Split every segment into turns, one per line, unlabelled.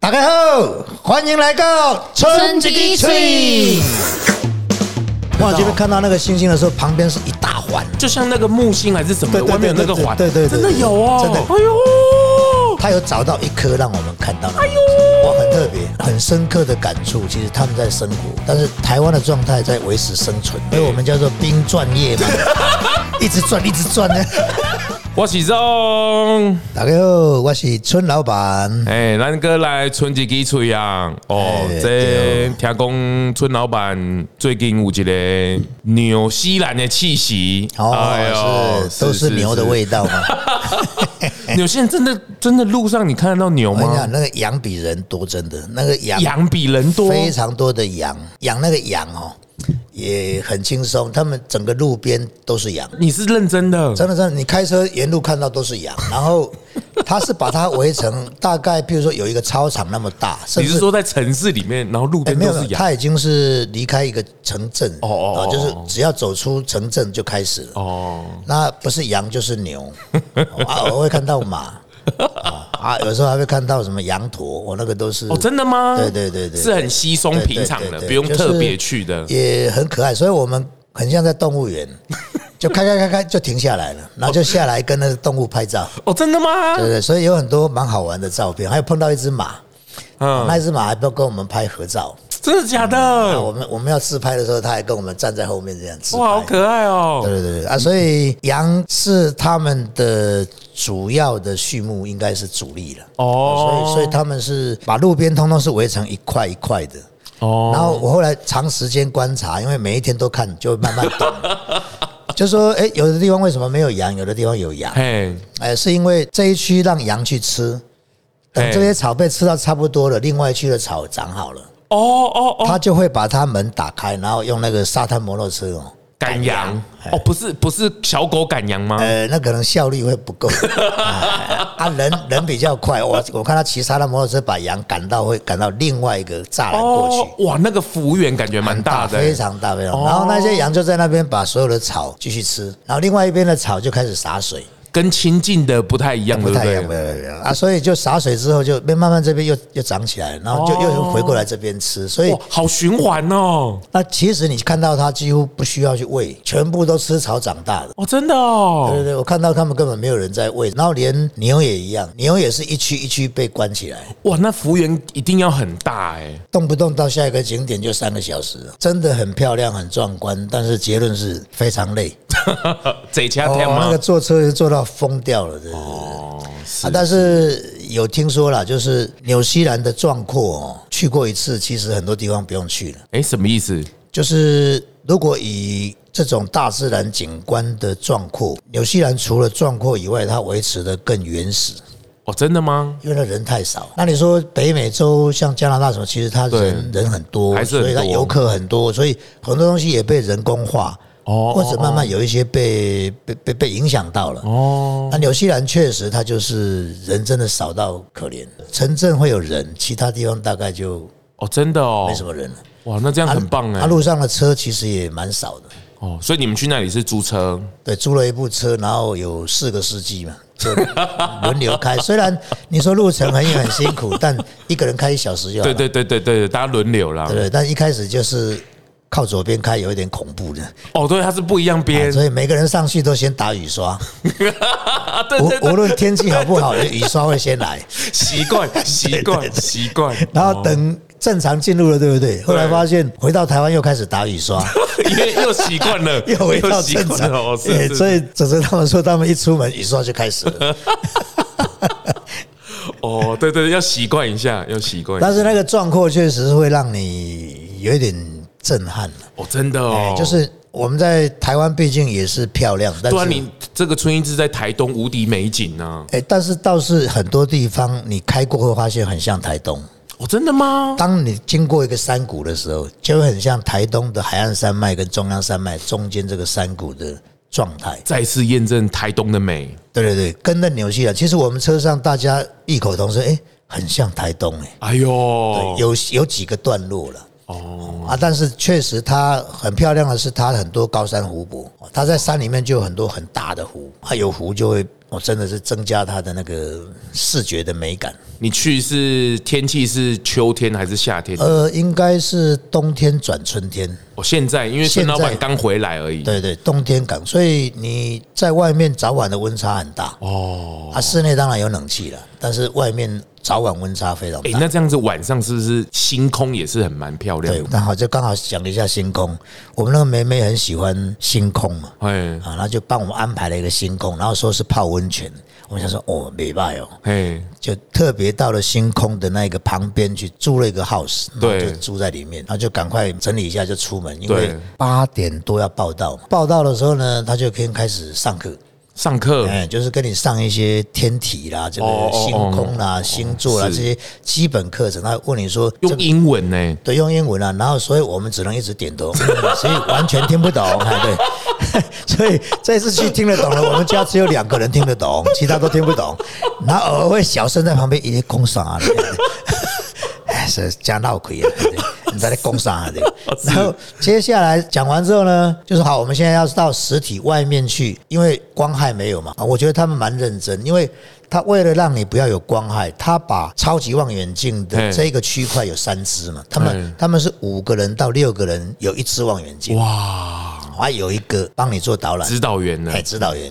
大家好，欢迎来到春之翠。我这边看到那个星星的时候，旁边是一大环，
就像那个木星还是什么的，
对对对
外面有那个环，
对对对对
真的有哦，
真的
哎呦，
他有找到一颗让我们看到。哎呦，哇，很特别，很深刻的感触。其实他们在生活，但是台湾的状态在维持生存，所以我们叫做冰钻业 嘛，一直转，一直转呢。
我是钟，
大家好，我是村老板。
哎，咱哥来春节给吹啊，哦
哎，
这听讲村老板最近有一个纽西兰的气息，哎
哦，是都是牛的味道
道。
嘛。
纽西兰真的真的路上你看得到牛
我跟你
吗
讲，？那个羊比人多，真的，那个羊
羊比人多，
非常多的羊，养那个羊哦，也很轻松。他们整个路边都是羊，
你是认真的？
真的真的，你开车沿路看到都 是羊。然后他是把它围成大概，譬如说有一个操场那么大，甚
你
至
是说在城市里面，然后路
哎
边
没
都
有
是，羊？
他已经是离开一个城镇
哦哦
啊
哦
就是
哦
只要走出城镇就开始了。
哦，
那不是羊就是 牛啊，我会看到马。啊，有时候还会看到什么羊驼，我那个都是
哦，真的吗？
对对对对
是很稀松
对对
平常的，
对对
不用
就是
特别去的。
也很可爱，所以我们很像在动物 园，就开开开开就停下来了，然后就下来跟那个动物拍照，
哦，真的吗
对？不对？所以有很多蛮好玩的照片，还有碰到一只马，
嗯，
那只马还不跟我们拍合照，啊
真的假
嗯我
的？
们我们要自拍的时候，它还跟我们站在后面这样自
哇，好
拍。
可爱哦！
对对对对啊，所以羊是他们的主要的畜牧，应该是主力了。所以
哦，
所以他们是把路边通通是围成一块一块的。
哦，
然后我后来长时间观察，因为每一天都看，就慢慢 懂。就说，哎，有的地方为什么没有羊，有的地方有羊？
嘿，
哎，是因为这一区让羊去吃，等
哎
这些草被吃到差不多了，另外一区的草长好了，
哦哦哦，
它就会把它门打开，然后用那个沙滩摩托车哦，
赶羊
嘿
哦，不是不是小狗赶羊吗？
呃，那可能效率会不 够哎啊，人人比较快，我我看他骑沙滩摩托车把羊赶到会赶到另外一个栅栏过去
哦。，哇，那个服务员感觉蛮大的欸哦
非。常大非常大。然后那些羊就在那边把所有的草继续吃，然后另外一边的草就开始洒水，
跟亲近的不太一样，
不
对
太一样，
不
不
对？
太一样啊。所以就洒水之后就慢慢这边又又长起来，然后就又回过来这边吃。所以
哇，好循环哦！
那其实你看到它几乎不需要去喂，全部都吃草长大的。
哦，真的
对对
哦，
对，我看到他们根本没有人在喂，然后连牛也一样，牛也是一区一区被关起来，
哇，那服务员一定要很大哎。
动不动到下一个景点就三个小时，真的很漂亮，很壮观，但是结论是非常累。
这家
哦
店，
那
吗
个？坐车是坐到疯掉了，对对对。
哦
啊，但是有听说啦，就是纽西兰的壮阔哦，去过一次，其实很多地方不用去了。
哎，什么意思？
就是如果以这种大自然景观的壮阔，纽西兰除了壮阔以外，它维持的更原始，
哦，真的吗？
因为它人太少。那你说北美洲像加拿大什么，其实它人人很多，
嗯还是很
所以它
多
游客很多，所以很多东西也被人工化，
哦
或者慢慢有一些被被被被影响到了。
哦，
那纽西兰确实，它就是人真的少到可怜，城镇会有人，其他地方大概就
哦，真的哦
没，什么人了。
哇，那这样很棒
它
哎。
路上的车其实也蛮少的，
哦，所以你们去那里是租车？
对，租了一部车，然后有四个司机嘛，就轮流开。 虽然你说路程很远很辛苦，但一个人开一小时就好
对
了，对
对对对对，大家轮流啦
不。对？但一开始就是靠左边开，有一点恐怖的，
哦，对，它是不一样边
哎所以每个人上去都先打雨刷，
啊，对对
无无
对，
论天气好不 好，雨刷会先来。
习 惯习惯习惯，哦
然后等正常进入了，对不对？后来发现回到台湾又开始打雨 刷，
因为又习惯 了，
又回到
习
正
惯
常哎
了哦，，是
对
是
所以只是他们说，他们一出门雨刷就开始 了。
哦，对对，对要习惯一下，要习惯一下。
但是那个壮阔确实会让你有一点震撼，
哦，真的哦
哎，就是我们在台湾毕竟也是漂亮，但
对啊，
是
你这个春英是在台东无敌美景啊呢。
哎，但是倒是很多地方你开过会发现很像台东。
哦，真的吗？
当你经过一个山谷的时候，就会很像台东的海岸山脉跟中央山脉中间这个山谷的状态。
再次验证台东的美。
对对对，跟那纽西啊兰，其实我们车上大家异口同声，哎，很像台东哎、
哎呦，
有有几个段落了。哦啊，但是确实它很漂哦亮的是，它很多高山湖泊，它在山里面就有很多很大的湖，啊有湖就会我真的是增加它的那个视觉的美感。
你去是天气是秋天还是夏天？
呃，应该是冬天转春天，
我现在因为孙老板刚回来而已，
对对，冬天港，所以你在外面早晚的温差很大哦。啊，室内当然有冷气了，但是外面早晚温差非常
哎、
大。
那这样子晚上是不是星空也是很蛮漂亮
对
的？，
刚好就刚好讲了一下星空，我们那个梅梅很喜欢星空嘛，
哎
啊，然后就帮我们安排了一个星空，然后说是泡温泉，我们想说哦，没办哦，
哎，
就特别到了星空的那个旁边去租了一个 house，然后
对
就住在里面，然后就赶快整理一下就出门，因
对
为八点多要报到嘛，报到的时候呢，他就先开始上课，
上课
哎，就是跟你上一些天体啦，这
哦
个
哦
星空啦、星座啦
是
这些基本课程，他会问你说这个
用英文呢、
对，用英文啊，然后所以我们只能一直点头，嗯所以完全听不懂，哎，对。 所以这次去听得懂了，我们家只有两个人听得 懂，其他都听不懂。然后偶尔会小声在旁边一些空嗓啊， 哎，是加闹鬼啊，对你在那工伤 啊，对。然后接下来讲完之后呢，就是好，我们现在要到实体外面去，因为光害没有嘛。啊我觉得他们蛮认真，因为他为了让你不要有光害，他把超级望远镜
嘿
的这个区块有三只嘛，他们
嗯
他们是五个人到六个人有一只望远镜，
哇，
还有一个帮你做导览，
指导员呢
哎，？指导员。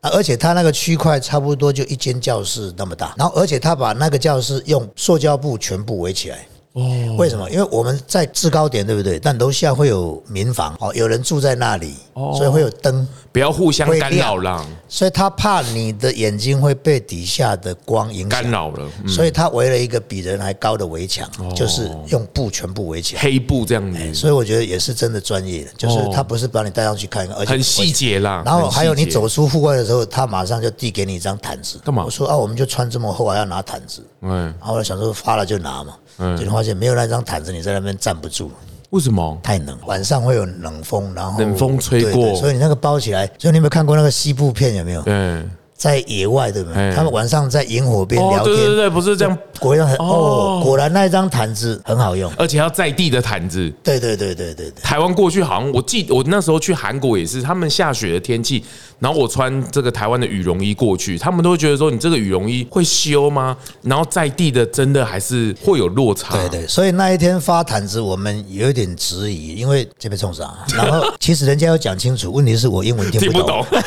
啊而且他那个区块差不多就一间教室那么大，然后而且他把那个教室用塑胶布全部围起来。
哦，
为什么？因为我们在制高点，对不对？但楼下会有民房哦，有人住在那里，
哦
所以会有灯，
不要互相干扰啦，
所以他怕你的眼睛会被底下的光影响
干，扰了，嗯、哦
所以他围了一个比人还高的围墙，就是用布全部围起来。
黑布这样子
哎所以我觉得也是真的专业的，就是
哦
他不是把你带上去看一看，而且
很细节啦。
然后
很细
还有你
节
走出户外的时候，他马上就递给你一张毯子。
干嘛
我说啊，我们就穿这么厚，还要拿毯子。
哎，
然后我想说发了就拿嘛，
嗯
结果发现没有那张毯子，你在那边站不住，
为什么？
太冷。晚上会有冷风，然后
冷风吹
对
过
对所以你那个包起来。所以你有没有看过那个西部片？有没有
对，
在野外对不
哎
对？他们晚上在萤火边
哦，
聊
对对
天，
对，不是这样，
果然很
哦
哦，果然那一张毯子很好用。
而且要在地的毯子。
对对对对对对，
台湾过去好像我记，我那时候去韩国也是，他们下雪的天气，然后我穿这个台湾的羽绒衣过去，他们都会觉得说你这个羽绒衣会修吗？然后在地的真的还是会有落差。
对对，所以那一天发毯子，我们有一点质疑，因为这边冲啥？ 然后其实人家要讲清楚，问题是我英文听
听
不
不
懂，
懂。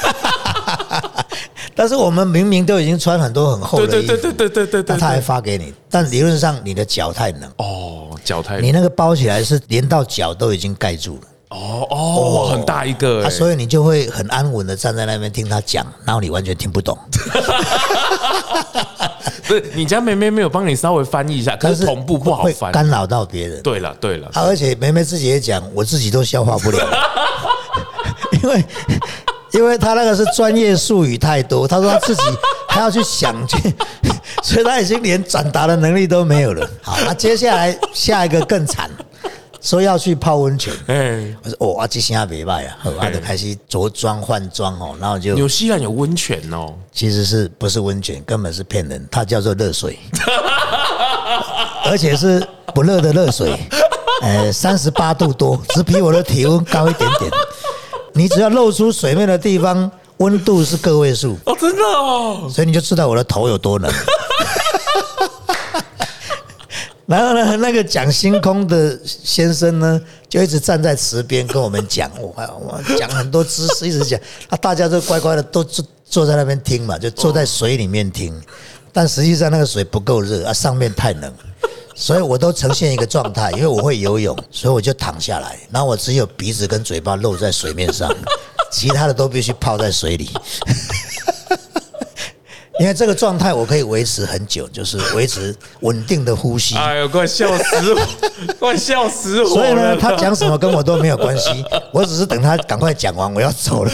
但是我们明明都已经穿很多很厚
对
的
对
衣服，
对对对对对
那
对。
他还发给你，但理论上你的脚太冷，
哦，脚太
你那个包起来是连到脚都已经盖住了。
哦哦，很大一个
啊，
欸。
所以你就会很安稳的站在那边听他讲，然后你完全听不懂。
不是你家妹妹没有帮你稍微翻译一下，可
但
是同步 不好
会
翻。
干扰到别人。
对了对了，
啊，而且梅梅自己也讲，我自己都消化不了，因为因为他那个是专业术语太多，他说他自己还要去想去， 所以他已经连转达的能力都没有了。好，那接下来下一个更惨，说要去泡温泉。
哎，
我说哦，啊，这现在没卖啊，好啊，就开始着装换装哦，然后就
纽西兰有温泉哦，
其实是不是温泉，根本是骗人，它叫做热水， 而且是不热的热水，呃，三十八度多，只比我的体温高一点点。你只要露出水面的地方，温度是个位数，
哦，真的哦，
所以你就知道我的头有多冷。然后呢，那个讲星空的先生呢，就一直站在池边跟我们讲，我我 讲很多知识，一直讲，啊，大家都乖乖的都坐坐在那边听嘛，就坐在水里面听，但实际上那个水不够热啊，上面太冷。所以我都呈现一个状态，因为我会游泳，所以我就躺下来，然后我只有鼻子跟嘴巴露在水面上， 其他的都必须泡在水里。 因为这个状态我可以维持很久，就是维持稳定的呼吸。
哎呦，快笑 死我，快笑死我
所以呢，
了。
他讲什么跟我都没有关 系，我只是等他赶快讲完，我要走了。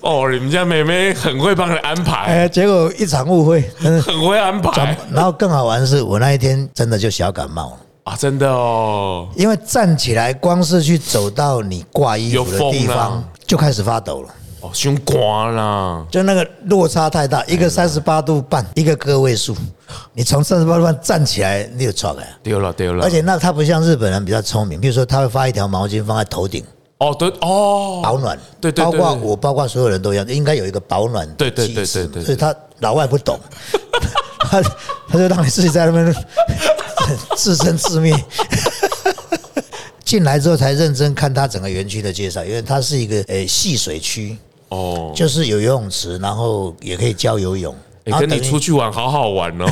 哦，你们家妹妹很会帮人安排，
哎，结果一场误会，嗯真的。
很会安排
然后更好玩的是，我那一天真的就小感冒了，
啊，真的哦，
因为站起来光是去走到你挂衣服的地
有风
方
啊
就开始发抖了，
哦，胸刮啦，
就那个落差太大，一个三十八度半，一个个位数，你从三十八度半站起来，你啊就错了。
丢了丢了，
而且那他不像日本人比较聪明，比如说他会发一条毛巾放在头顶，
哦，对，哦，
保暖，
对对对
包括
对
我，包括所有人都一样，应该有一个保暖
对对对
机制
对对对
所以他老外不懂， 他他就让你自己在那 边自生自灭。 进来之后才认真看他整个园区的介绍，因为它是一个诶戏水区，
哦，
就是有游泳池，然后也可以教游泳。
哎、
然后
跟你
啊等于
出去玩好好玩 哦，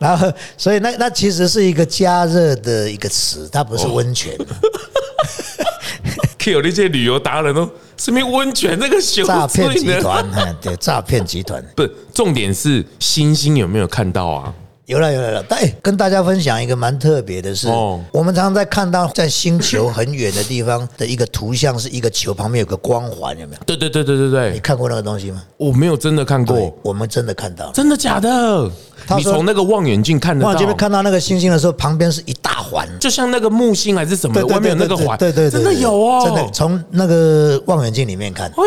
然后，所以那那其实是一个加热的一个池，它不是温 泉。
可以有那些旅游达人哦，顺便温泉那个修
诈骗集
醉的，
团，哎对，诈骗集团
不是重点是星星有没有看到啊？
有了有了有了。但、哎跟大家分享一个蛮特别的事，
哦
我们常常在看到在星球很远的地方的一个图像，是一个球旁边有个光环，有没有？
对对对对对
你
对，
看过那个东西吗？
我没有真的看
哎对
过，，
我们真的看到了。
哦真的假的？
他
你
说
从那个望远镜看得
望
到
远，镜看到那个星星的时候，旁边是一大环。
就像那个木星还是什么
对，对
外面有那
对
个
对
环，
对对，对
真的有哦，
真的从那个望远镜里面看，
哎呦！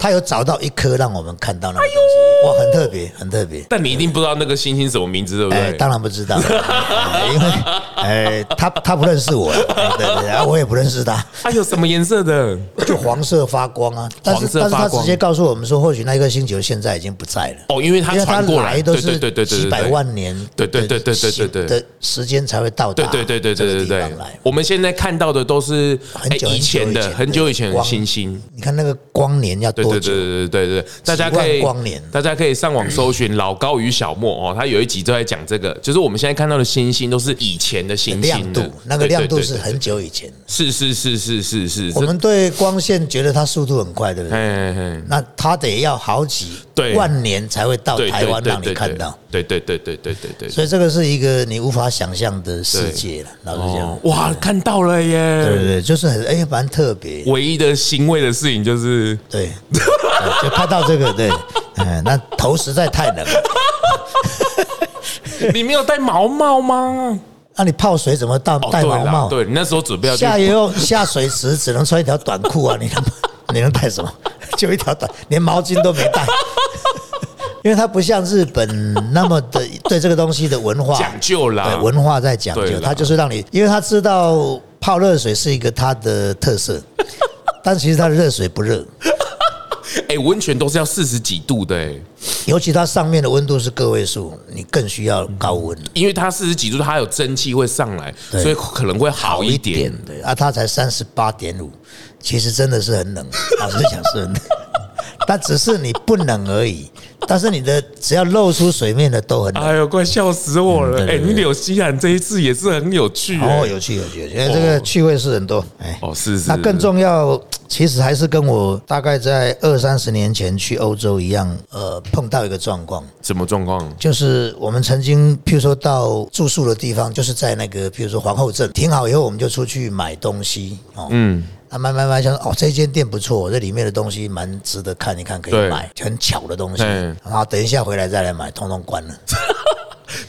他有找到一颗让我们看到那
哎
个东西，哇，很特别，很特别。
但你一定不知道那个星星什么名字，对不
哎，
对？
当然不知道，哎因为哎，他他不认识我，哎对对对，啊我也不认识他，
它有什么颜色 的？
就黄色发光啊。但是
黄色
但是
发
他
光
直接告诉我们说，或许那颗星球现在已经不在了。
哦，因为它
因为它
传过
来都
对对
是
对对对，
几百
对
万年
对
的，
对对对对对对
的时间才会到达
对对对对
这个
对对
地
对
方来。
我们现在看到的都是
很
哎
久很
以前
久以
的
前
很久以前的
光
星星。
你看那个光年要
对
多
对
久？
对对对对对，大家可以
光年
大家可以上网搜寻老高与小莫哦，他有一集都在讲这个，就是我们现在看到的星星都是以前的星
亮
星的
度，那个
对对
亮度
对
是
对
很久以前。
是是是是是是，
我
这
们对光线觉得它速度很快，对不对？
哎哎哎
那它得要好几
对
万年才会到
对
台湾
对
让你
对
看
对
到，
对对对对对对对对，
所以这个是一个你无法想象的世界了。老实
哦
讲，
哇，看到了
对对
耶！
对，就是很哎蛮特别，
唯一的欣慰的事情 就是，
对，对就看到这个，对，嗯，那头实在太冷了，
你没有戴毛帽吗？
那你泡水怎么戴
哦，
戴
对
毛
啦，
帽？
对，你那时候准备要去
下游泳下水池只能穿一条短裤啊，你能 你能带什么？ 就一条短，连毛巾都没带， 因为它不像日本那么的对这个东西的文化
讲究
对
啦，
文化在讲
对
究，
啦
它就是让你，因为他知道泡热水是一个它的特色，但其实它的热水不热，
哎，温泉都是要四十几度的，哎，
尤其它上面的温度是个位数，你更需要高温。
因为它四十几度，它有蒸汽会上来，
对
所以可能会好一点。
对啊，它才三十八点五，其实真的是很冷，老实讲是很冷，但只是你不冷而已，但是你的只要露出水面的都很冷。
哎呦，快笑死我
嗯
了！
对
哎，
对对
你纽西兰这一次也是很有趣，哎
哦，有趣有趣，有趣因为这个趣味是很多，哎，
哦，是是，
那更
是
重要，其实还是跟我大概在二三十年前去欧洲一样，呃，碰到一个状况，
什么状况？
就是我们曾经，譬如说到住宿的地方，就是在那个，譬如说皇后镇停好以后，我们就出去买东西哦。嗯。啊，慢慢慢慢想说，哦，这间店不错，这里面的东西蛮值得看一看，可
对
以买，很巧的东西。
嗯
然后等一下回来再来买，通通关了。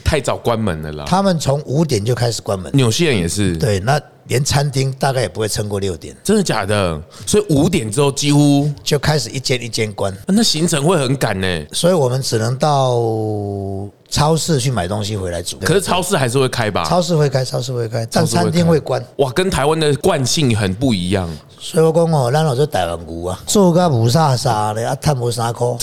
太早关门了啦。
他们从五点就开始关门，
纽西兰也是，
对，那连餐厅大概也不会撑过六点，
真的假的？所以五点之后几乎
就开始一间一间关。
那行程会很赶呢、
所以我们只能到超市去买东西回来煮。
可是超市还是会开吧？
超市会开，超市会开，但
市会开
餐厅会关。
哇，跟台湾的惯性很不一样。
所以我讲哦，咱老做台湾牛啊，做个无啥啥的，啊，赚无啥苦。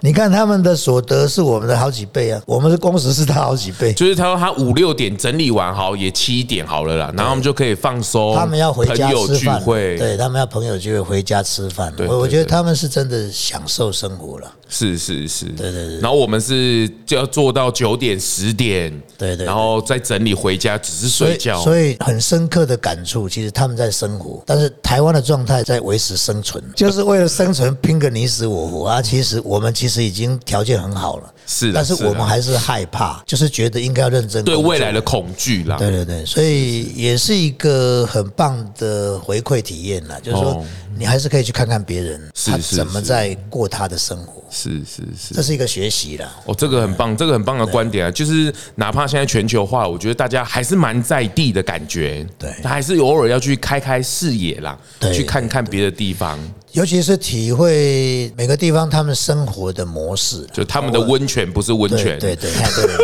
你看他们的所得是我们的好几倍啊，我们的工时是他好几倍。
就是他说他五六点整理完好，也七点好了啦，然后我们就可以放松。
他们要回家
朋友
吃
聚
饭，
会，
对他们要朋友聚会回家吃饭。
对
我
对
我觉得
对
他们是真的享受生活了。
是是是，对对对。然后我们是就要做到九点十点，
对对对
然后再整理回家，只是
所
睡
以
觉。
所以很深刻的感触，其实他们在生活，但是台湾的状态在维持生存，就是为了生存拼个你死我活啊！其实我们其实已经条件很好了，
是啦
但是
是啦
我们还是害怕，就是觉得应该要认真
对
工作
未来的恐惧啦，
对对对，所以也是一个很棒的回馈体验啦，就是
哦
说你还是可以去看看别人
是
他
是
怎么
是
在过他的生活，
是是是
这。是一个学习啦。
哦，这个很棒，这个很棒的观点啊！就是哪怕现在全球化，我觉得大家还是蛮在地的感觉，
对
还是偶尔要去开开视野啦，
对
去看看别的地方。
尤其是体会每个地方他们生活的模式。
就他们的温泉不是温泉，
对对对，太对了。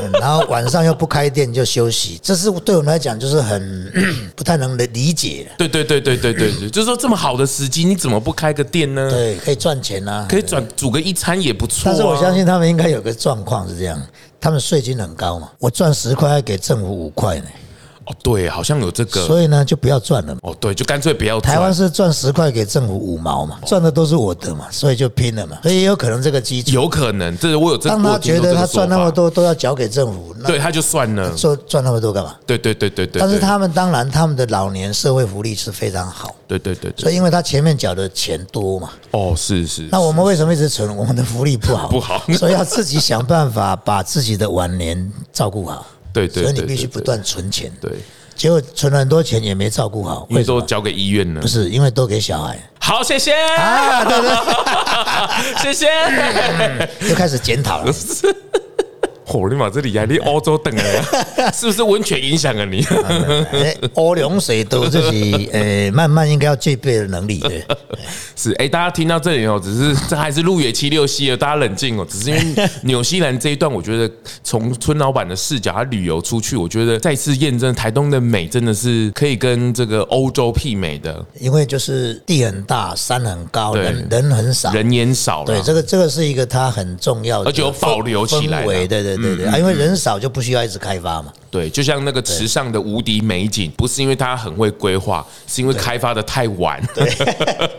嗯然后晚上又不开店就休息，这是对我们来讲就是很 不太能理解的。
对对对对对对 对，就是说这么好的时机，你怎么不开个店呢？
对，可以赚钱啊。
可以转煮个一餐也不错、啊。
但是我相信他们应该有个状况是这样，他们税金很高嘛，我赚十块还给政府五块呢，
哦，对，好像有这个
所以呢就不要赚了嘛。
哦，对，就干脆不要赚
台湾是赚十块给政府五毛嘛，赚的都是我的嘛，所以就拼了嘛，所以也有可能这个基础。
有可能，这是我有这
当
我
他
有听
觉
过这
得
个
他
说
赚那么
法，
多都要缴给政府，那
对，他就算了。
做赚那么多干嘛？
对对对对对，
但是他们当然他们的老年社会福利是非常好，
对对对对，
所以因为他前面缴的钱多嘛，
哦，是是，
那我们为什么一直存？我们的福利不好，
不好
所以要自己想办法把自己的晚年照顾好。
对 对
所以你
对
必
对
须不
对
断存钱，
对，
结果存了很多钱也没照顾好，
因为
为什
都
么？
交给医院了
不。是因为都给小 孩，
好，谢谢，
啊对
谢谢。
又开始检讨了。
哦火你妈这里压力欧洲 等啊，是不是温泉影响了你？
哎，欧龙水都自 己呃，慢慢应该要具备的能力。对，
是哎、大家听到这里哦，只是这还是入野七六七了，大家冷静哦。只是因 为纽西兰这一段，我觉得从村老板的视角，他旅游出去，我觉得再次验证台东的美真的是可以跟这个欧洲媲美的，
因为就是地很大，山很高，
对
人人很少，
人烟少
对，
了。
这个这个是一个它很重要的氛，
啊而且有保留起来
氛
嗯啦
围，对对对对，啊，因为人少就不需要一直开发 嘛。
对，就像那个池上的无敌美景，不是因为它很会规划，是因为开发的太晚，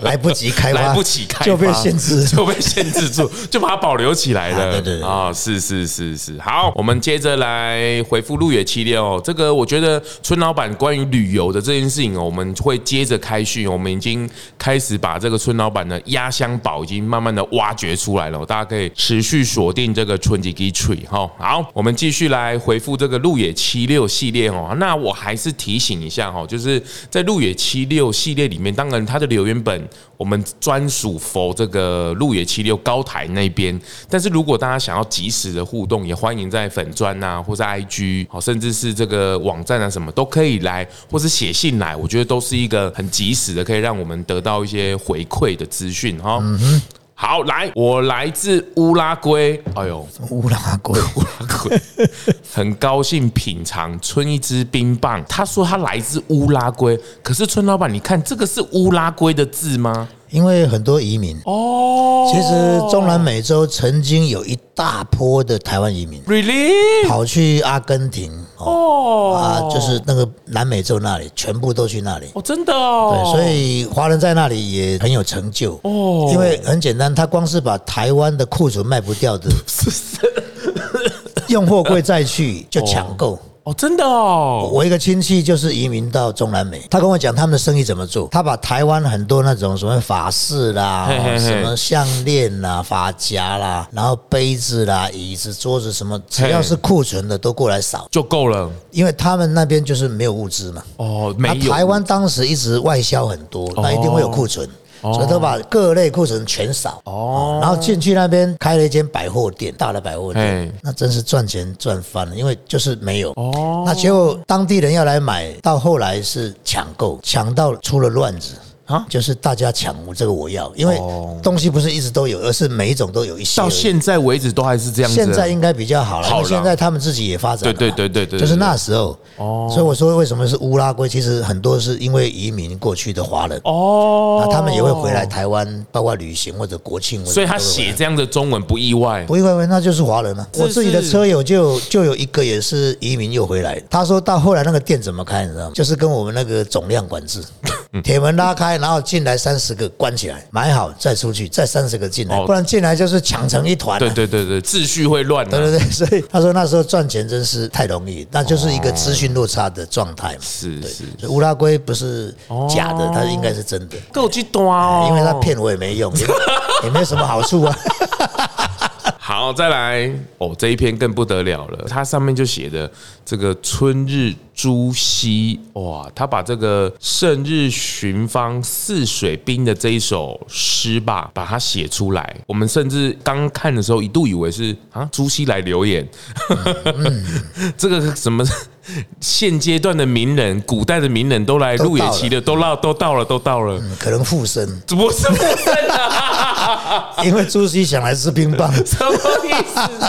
来不及开发，
来不及开发
就被限制
就被限制住，就把它保留起来了。
啊对对对
啊，是是是是。好，我们接着来回复路野七六。这个我觉得村老板关于旅游的这件事情哦，我们会接着开训。我们已经开始把这个村老板的压箱宝已经慢慢的挖掘出来了，大家可以持续锁定这个春季 G Tree 哈。好，我们继续来回复这个路野七六系列哦。那我还是提醒一下哈，就是在路野七六系列里面，当然它的留言本我们专属否这个路野七六高台那边。但是如果大家想要及时的互动，也欢迎在粉砖啊，或是 IG，好，甚至是这个网站啊什么都可以来，或是写信来，我觉得都是一个很及时的，可以让我们得到一些回馈的资讯哈。好，来，我来自乌拉圭，哎呦，
乌拉 圭，
乌拉圭， 很高兴品尝春一支冰棒。他说他来自乌拉圭，可是村老板，你看这个是乌拉圭的字吗？
因为很多移民，
哦，
其实中南美洲曾经有一大波的台湾移民
really
跑去阿根廷，哦
哦
啊，就是那个南美洲那里，全部都去那里。
哦，真的
对，，
哦
所以华人在那里也很有成就
哦
因为很简单，他光是把台湾的库存卖不掉 的，用货柜再去就抢购。
哦，真的哦，
我一个亲戚就是移民到中南美，他跟我讲他们的生意怎么做。他把台湾很多那种什么法式啦、
嘿嘿嘿
什么项链啦、发夹啦，然后杯子啦、椅子、桌子什么，只要是库存的都过来扫，
就够了
因为他们那边就是没有物资嘛。
哦，没
那
有
啊
哦
台湾当时一直外销很多，那一定会有库存，所以都把各类库存全扫。
哦，
然后进去那边开了一间百货店，大的百货店
嘿，
那真是赚钱赚翻了，因为就是没有。
哦
那结果当地人要来买，到后来是抢购，抢到出了乱子
啊
就是大家抢我这个我要，因为
哦
东西不是一直都有，而是每一种都有一些而
到
已。
现在为止都还是这样子，
现在应该比较好了，因
好
为
了
现在他们自己也发展了嘛。
对对对对对对
就是那时候。
哦
所以我说为什么是乌拉圭，其实很多是因为移民过去的华人，
哦
那，他们也会回来，台湾，包括旅行或者国庆。
所以他
都会回来
写这样的中文不意外
不意外，那就是华人了、啊
是
我自己的车友就有就有一个也是移民又回来的，他说到后来那个店怎么开，你知道吗？就是跟我们那个总量管制，
嗯
铁门拉开，然后进来三十个关起来，买好再出去，再三十个进来，
哦
不然进来就是抢成一团、啊。
对对对对，秩序会乱啊，
对对对，所以他说那时候赚钱真是太容易，那就是一个资讯落差的状态嘛。
是是，
所以乌拉圭不是假的，它应该是真的，
够极端哦，
因为他骗我也没用，也 也没什么好处啊。
好，再来哦，这一篇更不得了了，它上面就写的这个春日朱熹，哇，他把这个胜日寻芳泗水滨的这一首诗吧，把它写出来。我们甚至刚看嗯 的时候，一度以为是啊朱熹来留言，这个什么现阶段的名人、古代的名人都来
都
鹿
到
野
了
骑的，都到都到了，都到了，
嗯可能附身，
怎么是不真啊？
因为朱熹想来吃冰棒，
什么意思？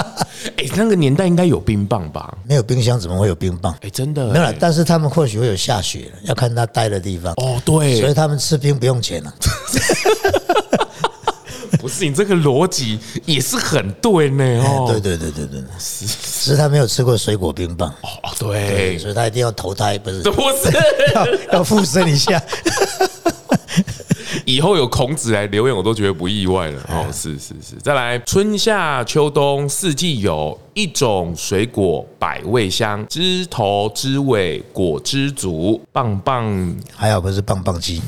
哎，那个年代应该有冰棒吧？
没有冰箱怎么会有冰棒？
哎，真的
没有了，但是他们或许会有下雪，要看他待的地方。
哦，
所
对
以，他们吃冰不用钱啊了、
不是你这个逻辑也是很对呢哦。
对对对对对，只是他没有吃过水果冰棒，
哦，对，
所以他一定要投胎，不 是
这不是
要要附身一下。
以后有孔子来留言，我都觉得不意外了。哦，是是是，再来春夏秋冬四季有一种水果百味香，枝头枝尾果汁足，棒棒
还好不是棒棒鸡，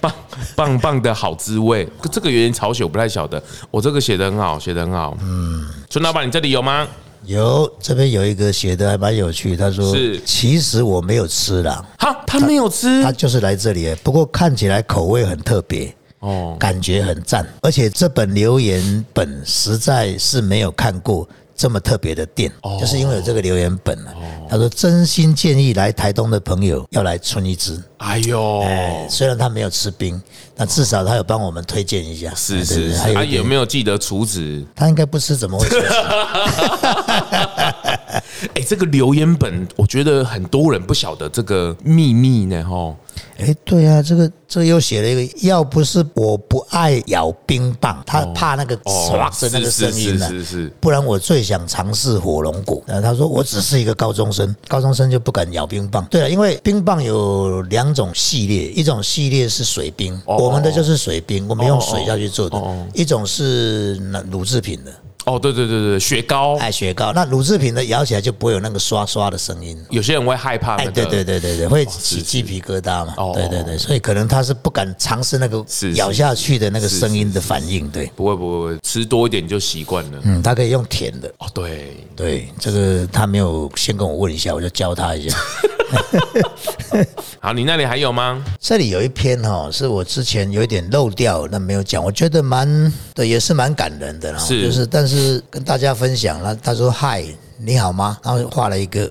棒棒棒的好滋味。这个有点草写，我不太晓得。我这个写的很好，写的很好。嗯，春老板，你这里有吗？
有这边有一个写的还蛮有趣，他说
是
其实我没有吃啦，
哈，他没有吃
他就是来这里，不过看起来口味很特别。
哦。
感觉很赞，而且这本留言本实在是没有看过这么特别的店，
哦
就是因为有这个留言本了、他说真心建议来台东的朋友要来春一支，
哎呦，
哎，虽然他没有吃冰，但至少他有帮我们推荐一下。对
是
哎对
是
还
是，
有
啊，
一点
有没有记得厨子？
他应该不吃怎么会吃？
哎、这个留言本，我觉得很多人不晓得这个秘密呢，吼。
哎，对啊，这个这个又写了一个，要不是我不爱咬冰棒，他怕那个唰的那个声音呢、
哦是是是是
不然我最想尝试火龙果。然后他说我只是一个高中生，高中生就不敢咬冰棒。对了，啊因为冰棒有两种系列，一种系列是水冰，
哦
我们的就是水冰，我们用水下去做的
哦哦哦；
一种是那乳制品的，
哦，对对对对，雪糕，
哎，雪糕。那乳制品的咬起来就不会有那个刷刷的声音。
有些人会害怕那
哎，
个，哦
对对对对对，会起
是
鸡皮疙瘩嘛
哦？
对对对，所以可能他是不敢尝试那个
是是
咬下去的那个
是
声音的反应。对，
不会不会不会，吃多一点就习惯了。
嗯，他可以用甜的。
哦，对，
对，这个他没有先跟我问一下，我就教他一下。
好，你那里还有吗？
这里有一篇哈、哦，是我之前有一点漏掉，那没有讲，我觉得蛮对，也是蛮感人的啦。
是
就是但是跟大家分享了，他说嗨，你好吗？然后画了一个。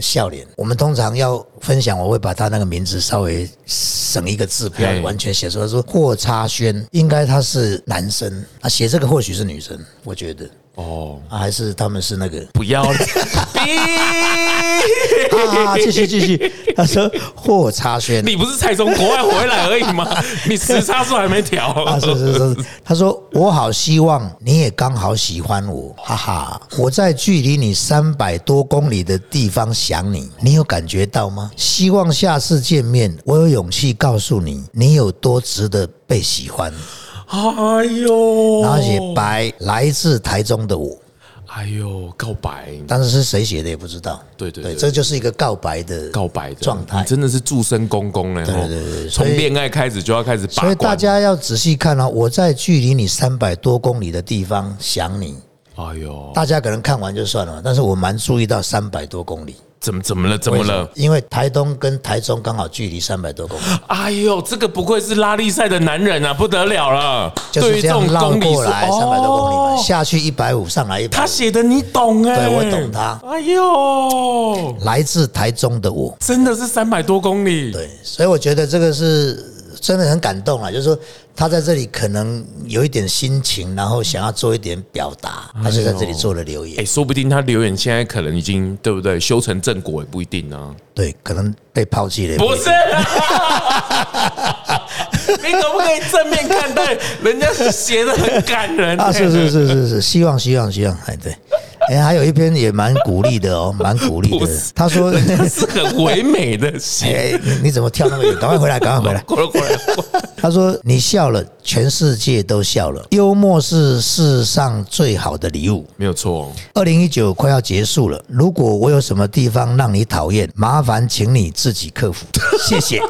笑脸，我们通常要分享，我会把他那个名字稍微省一个字，不要
嘿
完全写出来。说霍插轩，应该他是男生，啊，写这个或许是女生，我觉得
哦，
啊，还是他们是那个
不要 了，
啊，继续继续。他说霍查轩，
你不是才从国外回来而已 吗？你时差数还没调。
啊，是是是，他说我好希望你也刚好喜欢我，哈哈，我在距离你三百多公里的地方想你，你有感觉到吗？希望下次见面，我有勇气告诉你，你有多值得被喜欢。
哎呦，
然后写白，来自台中的我。
哎呦，告白，
但是是谁写的也不知道，
对对对
这就是一个告白的
告白的
状态
你，真的是祝生公公呢。
对对对
哦
所
从
以
恋爱开始就要开始把
所以
关。
大，家要仔细看啊！我在距离你三百多公里的地方想你，
哎呦，
大家可能看完就算了，但是我蛮注意到三百多公里。
怎么怎么了？怎么
为什
了？？
因为台东跟台中刚好距离三百多公里，
哎呦，这个不愧是拉力赛的男人啊，不得了了！
就是这样绕
公里
过
数
来三百多公里嘛，
哦
下去一百五，上来一百
他。写的你懂哎、
对我懂他
哎呦，
来自台中的我，
真的是三百多公里，
对，所以我觉得这个是真的很感动啊！就是说他在这里可能有一点心情，然后想要做一点表达，他就在这里做了留
哎、
言。
说不定他留言现在可能已经对不对修成正果也不一定啊呢、
对，可能被抛弃了。
不是 啦。你可不可以正面看待？人家写的很感人、
啊，是是是是是，希望希望希望，哎对，哎还有一篇也蛮鼓励的哦，蛮鼓励
不
的
是。
他说，
他是很唯美的写。
哎你你怎么跳那么远？赶快回来，赶快回来。
过来过来，过来
他说你笑了，全世界都笑了。幽默是世上最好的礼物。
没有错。哦
二零一九快要结束了，如果我有什么地方让你讨厌，麻 烦请你自己克服，谢谢。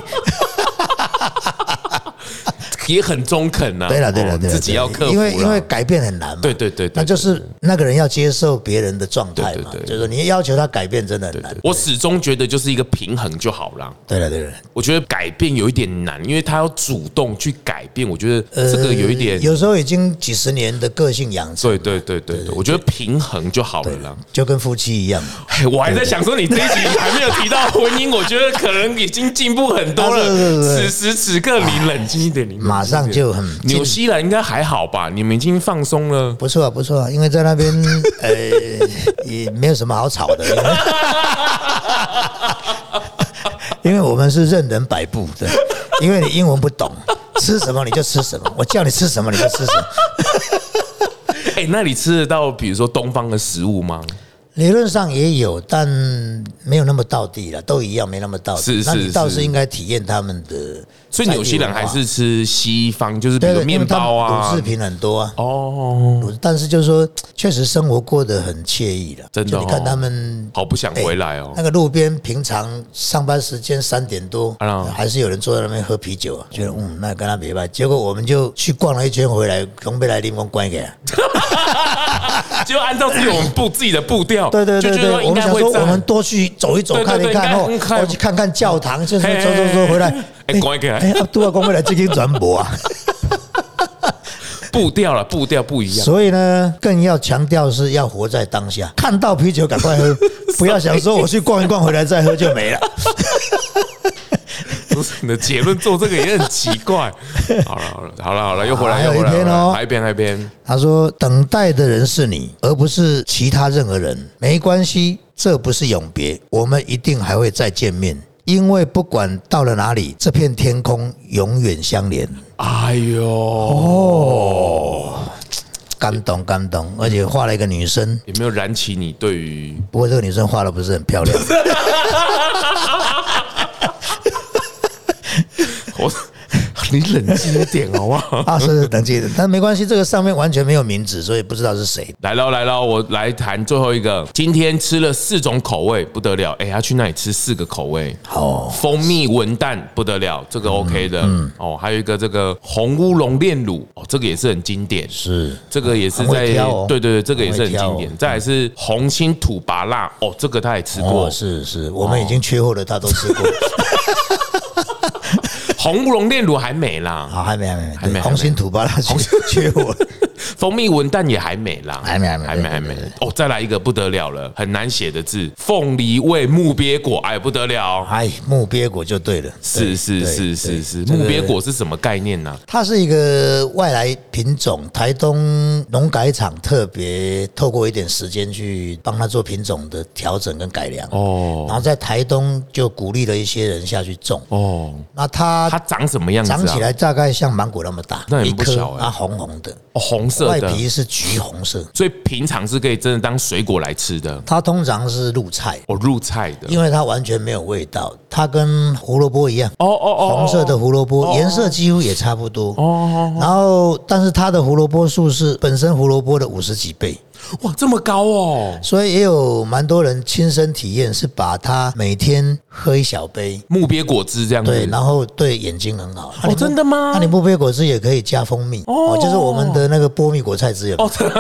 也很中肯呐、啊。
对了，对了，
哦
对了，
自己要克服
因为
啦
因为改变很难嘛。
对对对对
那就是那个人要接受别人的状态嘛
对对，对
就是你要求他改变真的很难。
我始终觉得就是一个平衡就好啦。
对了，对了，
我觉得改变有一点难，因为他要主动去改变，我觉得
呃
这个有一点。
有时候已经几十年的个性养成，
对对对对对，我觉得平衡就好了啦。
就跟夫妻一样嘛。
嘿 我还在想说，你这一集还没有提到婚姻，我觉得可能已经进步很多
啊对对
了。
对对啊
此时此刻，你冷静一点，你冷静一点
马上就很
纽西兰应该还好吧？你们已经放松了。
不错啊，不错啊，因为在那 边呃也没有什么好吵的，因为因为我 们是任人摆布的，因为你英文不懂，吃什么你就吃什么，我叫你吃什么你就吃什 么。
哎，那你吃得到比如说东方的食物吗？
理论上也有，但没有那么到地了，都一样，没那么到地。
是
那你
是
倒
是
是应该体验他们的在
所
地文化，
以纽西兰还是吃西方，就是比
对
如
对，因
面
为他们
包啊
乳制。品很多啊。
哦，
乳但是就是说，确实生活过得很惬意了。
真的
就你看
哦
他们
好不想回来哦
那。个路边平常上班时间三点多
哎呀，
还是有人坐在那边喝啤酒啊，觉得嗯，那跟他没办法。结果我们就去逛了一圈回来，从被来林峰关给。
就按照自己我们步自己的步调，
对对对
就觉
对
得，说
我
应
们
该
想
会
说
这
我
样
们多去走一走
对对
看一
对
看
应
哦
该应该，
我去看看教堂，就是
嘿
走走走回来。
哎关起来
哎，啊对啊，光回来这间转播啊。
步调了，步调 不一样。
所以呢，更要强调是要活在当下，看到啤酒赶快 喝，不要想说我去逛一逛回来再喝就没了。
不是你的结论做这个也很奇 怪。好了好了好了好了，又回来
还
又
有
回
一
来，
篇
又回来
哦
还一边还一边。
他说：“等待的人是你，而不是其他任何人。没关系，这不是永别，我们一定还会再见面。因为不管到了哪里，这片天空永远相连。
哎呦，
哦感动，感动！而且画了一个女生，
有没有燃起你对于
不过这个女生画的不是很漂亮。
我？ 你冷静一点好不好？
啊，是是等级，但没关系，这个上面完全没有名字，所以不知道是谁。
来喽来喽，我来谈最后一个。今天吃了四种口味，不得了。哎、他去那里吃四个口味，
哦，
蜂蜜文旦不得了，这
嗯
个 OK 的。哦，还有一个这个红乌龙炼乳，哦，这个也是很经典。
是
这个也是
很
在
会挑哦
对对对，这个也是很
很会挑
经
哦
典。再来是红心土拔辣，哦，这个他也吃过哦
哦，。是是，我们已经缺货了，他都吃 过。
红乌龙炼乳还没啦，
啊好，还没还没
还没
对
还没
红心土巴拉缺缺货了。
蜂蜜文旦也还没啦，
还没还没
还没
对
还没
对对。
哦，再来一个不得了了，很难写的字，凤梨味木鳖果，哎，不得了。
哎，木鳖果就对了，
是是
对
是
对
是是，
这个
木鳖果是什么概念呢、
它是一个外来品种，台东农改场特别透过一点时间去帮它做品种的调整跟改良。
哦
然后在台东就鼓励了一些人下去种。
哦，
那它
它长什么样子、啊？
长起来大概像芒果那么大，
那也
一
不
颗
小欸
它红红的，
哦，红色
外
的，
皮是橘红色。
所以平常是可以真的当水果来吃的，
它通常是入菜，
哦，入菜的。
因为它完全没有味道，它跟胡萝卜一样。
哦哦哦，
红色的胡萝卜，颜色几乎也差不多。哦，然后但是它的胡萝卜素是本身胡萝卜的五十几倍，
哇，这么高哦！
所以也有蛮多人亲身体验是把它每天喝一小杯。
木鳖果汁这样子，
对，然后对眼睛很好。那你不
嗯哦真的吗
那你不杯果汁也可以加蜂蜜哦，就是我们的那个波蜜果 菜汁有没有，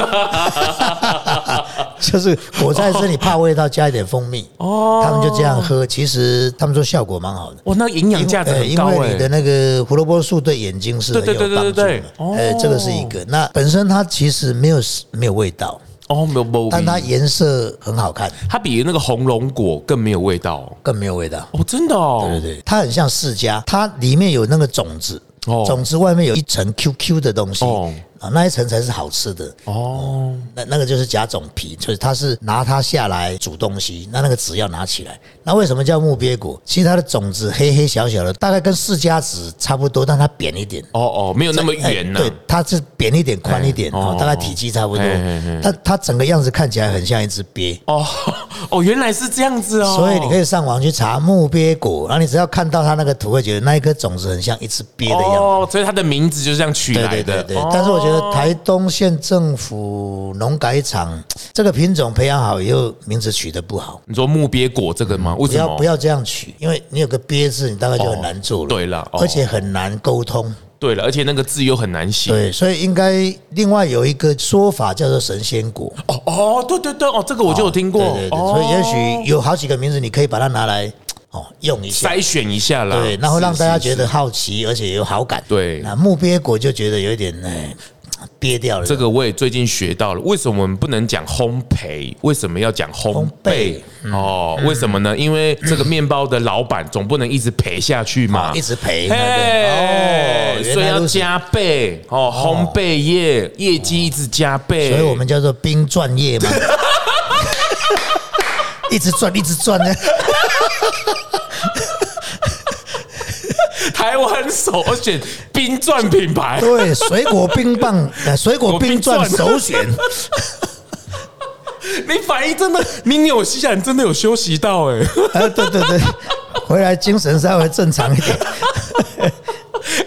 就是果菜汁你怕味道加一点蜂蜜哦，他们就这样喝，其实他们说效果蛮好的。
哇，那营养价值
呃
很
因
高
为
哎、
你的那个胡萝卜素对眼睛是很
对
有
对对
帮助
对对
的
对。哦
呃，这个是一个。那本身它其实没有没有味道，
哦，没有没有，
但它颜色很好看，
它比那个红龙果更没有味道哦，
更没有味道。
哦真的哦，
对对，它很像释迦，它里面有那个种子，
哦
种子外面有一层 QQ 的东西
哦
啊，那一层才是好吃的。
哦，
那那个就是甲种皮，就是它是拿它下来煮东西，那那个籽要拿起来。那为什么叫木鳖果？其实它的种子黑黑小小的，大概跟释迦籽差不多，但它扁一点。
哦哦，没有那么圆呐、
哎对，它是扁一点、宽一点，
哎哦
哦，大概体积差不多
哎哎哎。
但它整个样子看起来很像一只鳖，
哦哦，原来是这样子哦，
所以你可
以
以上网去查木鳖果，然后你只要看到它那个图，会觉得那一颗种子很像一只鳖的样子。
哦，所以它的名字就这样取
对
来
对
的
对，对
哦，
但是我觉得台东县政府农改场这个品种培养好以后，名字取得不好，
你说木鳖果这个吗？为
不
什
要
么
不？要这样取，因为你有个鳖字，你大概就很难做了。
对了哦
而且很难沟通。
对了，而且那个字又很难写。
对，所以应该另外有一个说法叫做神仙果，
哦哦，对对对，哦，这个我就有听过。
对对对，
哦
所以也许有好几个名字，你可以把它拿来哦用一下，
筛选一下啦，
对，然后让大家觉
是是
得好奇，而且有好感。
对
那木鳖果就觉得有一点哎憋掉了。
这个我也最近学到了，为什么我们不能讲烘焙？为什么要讲烘焙
烘？嗯
哦，为什么呢？因为这个面包的老板总不能一直赔下去嘛，
哦一直赔对
嘿
不对哦
所
原
以
来
要
如此
加倍哦，烘焙业业绩一直加倍，
所以我们叫做冰钻业 嘛，一直转，一直转呢。
台湾首选冰钻品牌。
对，水果冰棒，呃水果冰钻首选。
你反应真的，你纽西兰真的有休息到哎、
哎， 对对对，回来精神稍微正常一点。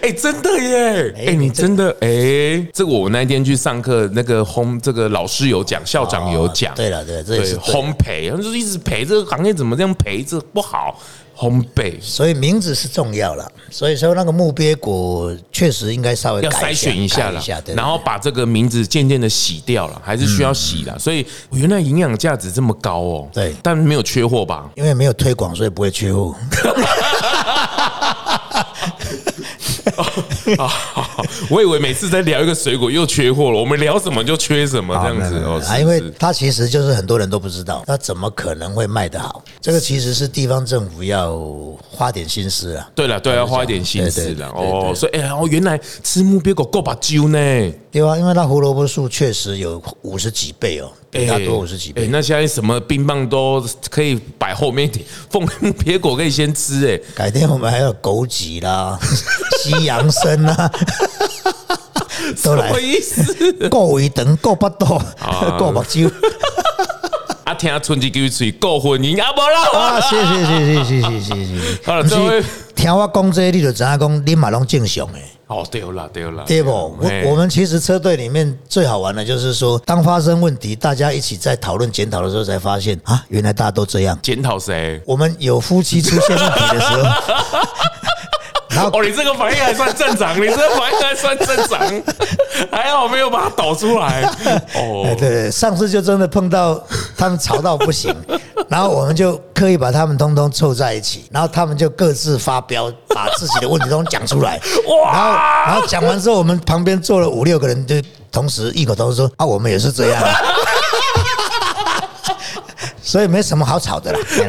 哎、真的耶！哎、
哎
你真的哎、这个我那一天去上课，那个烘这个老师有讲，校长有讲、
哦对了对了这也
对
是对
烘焙，他们就是一直陪这个行业怎么这样陪，这不好。烘焙
所以名字是重要了，所以说那个木鳖果确实应该稍微
要
改
筛选一下
改
啦
一下，对，
然后把这个名字渐渐的洗掉了，还是需要洗啦。所以原来营养价值这么高哦，
嗯对
但没有缺货吧？
因为没有推广，所以不会缺货。
啊，好好我以为每次在聊一个水果又缺货了，我们聊什么就缺什么这样子哦，
啊，
是
因为
是
它其实就是很多人都不知道，它怎么可能会卖得好？这个其实是地方政府要花点心思啊。
对了，对，要花一点心思
对
的
对对
哦。所以，哎、哦，原来吃木鳖狗够把揪呢，
对啊，因为那胡萝卜素确实有五十几倍哦，比它多五十几
哎
倍。
那现在什么冰棒都可以摆后面一点，凤梨木鳖狗可以先吃，哎，
改天我们还有枸杞啦、 西洋参啦，都
什
来
么意思？
够胃等够巴肚
啊，
够目睭
啊，听春季给吹够婚姻啊，不啦，
啊！谢谢谢谢谢谢谢谢谢。
好了
不
啊这位
是听我讲这，你就知道讲你嘛拢正常诶。
哦，对了，对了，
对不？我
嗯嘿
我们其实车队里面最好玩的就是说，当发生问题，大家一起在讨论检讨的时候，才发现啊，原来大家都这样。
检讨谁？
我们有夫妻出现问题的时 候，然后
哦，你这个反应还算正常，你这个反应还算正 常，还好没有把它导出来。
哎
哦，
对对，上次就真的碰到他们吵到不 行，然后我们就刻意把他们通通凑在一起，然后他们就各自发飙，把自己的问题都讲出来。然后
哇，
然后讲完之后，我们旁边坐了五六个人，就同时异口同声说：“啊，我们也是这样、 啊。”所以没什么好吵的啦。哎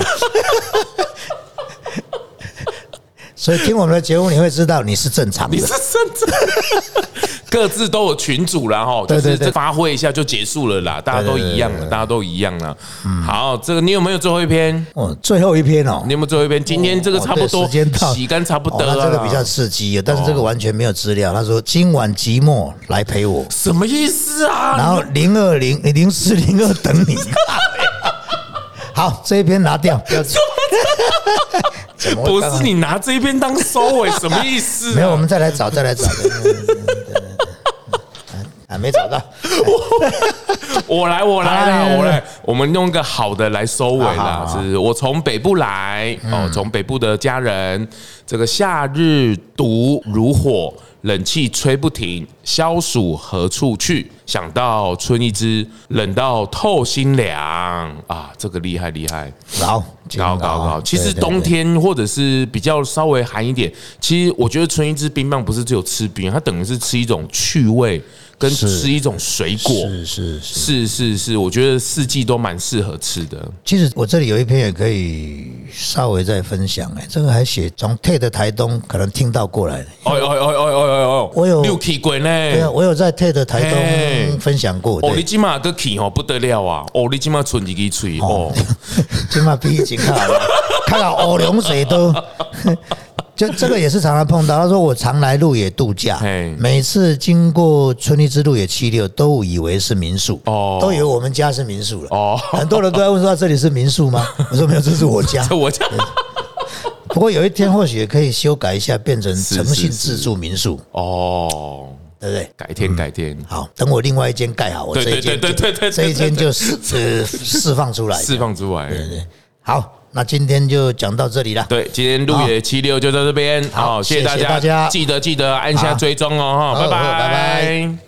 所以听我们的节目，你会知道你是正常
你
的
是。真正各自都有群主啦，哈，就
对
是
对对
这发挥一下就结束了啦，大家都一样了，大家都一样了。
嗯
好，这个你有没有最后一篇？
哦，最后一篇哦
你，有没有最后一篇？今天这个差
哦
不
对
多，
时间到，
洗干差不多
哦那
了。
这个比较刺激，但是这个完全没有资料。他说今晚寂寞来陪我，
什么意思
然
啊？
后零二零零四零二等你。好，这一篇拿掉，不要紧怎 么会
不
刚好
是你拿这一篇当收尾，什么意思啊？
没有，我们再来找，再来找。啊，没找到，
我来，我来
好来
啦，
来
我来
来，
我们用一个好的来收尾
好哎好
啦。
好嗯
是我从北部来哦，从北部的家人，这个夏日毒如火，冷气吹不停，消暑何处去？想到春一枝，冷到透心凉啊！这个厉害厉害，
搞
搞搞搞！其实冬，
对对对
天或者是比较稍微寒一点，其实我觉得春一枝冰棒不是只有吃冰，它等于是吃一种趣味，跟吃一种水果。
是是是。
是是是，我觉得四季都蛮适合吃的。
其实我这里有一篇也可以稍微再分享，哎，这个还写从 TED 台东可能听到过来的。
哦哦哦哦哦哦哦，
我有
六 K 滚
对啊，
呢。
我有在 TED 台
嘿
东分享过。
哦，你
对，
今嘛个 K 哦不得了啊！哦，你今嘛存一支嘴哦，
起码比以前看 好了，看到欧龙水都。就这个也是常常碰到，他说我常来鹿野度假
嘿，
每次经过春丽之路野七六，都以为是民宿，
哦
都以为我们家是民宿了。
哦
很多人都在问说啊这里是民宿吗？ 我说没有，这是我 家
这。我家
不过有一天或许也可以修改一下，变成
是
诚信
是是
自助民宿，
哦，
对不对？
改天改天
好，等我另外一间盖好，我
对
这一
对
间
对对对对对
就这一间就释呃释放出来。
释放出来。
对好，那今天就讲到这里了。
对，今天路野七六就到这边，哦
好
好，谢谢
谢谢
大家，
大家
记得记得按下
好
追踪哦，哈，
好
拜
拜
拜
拜。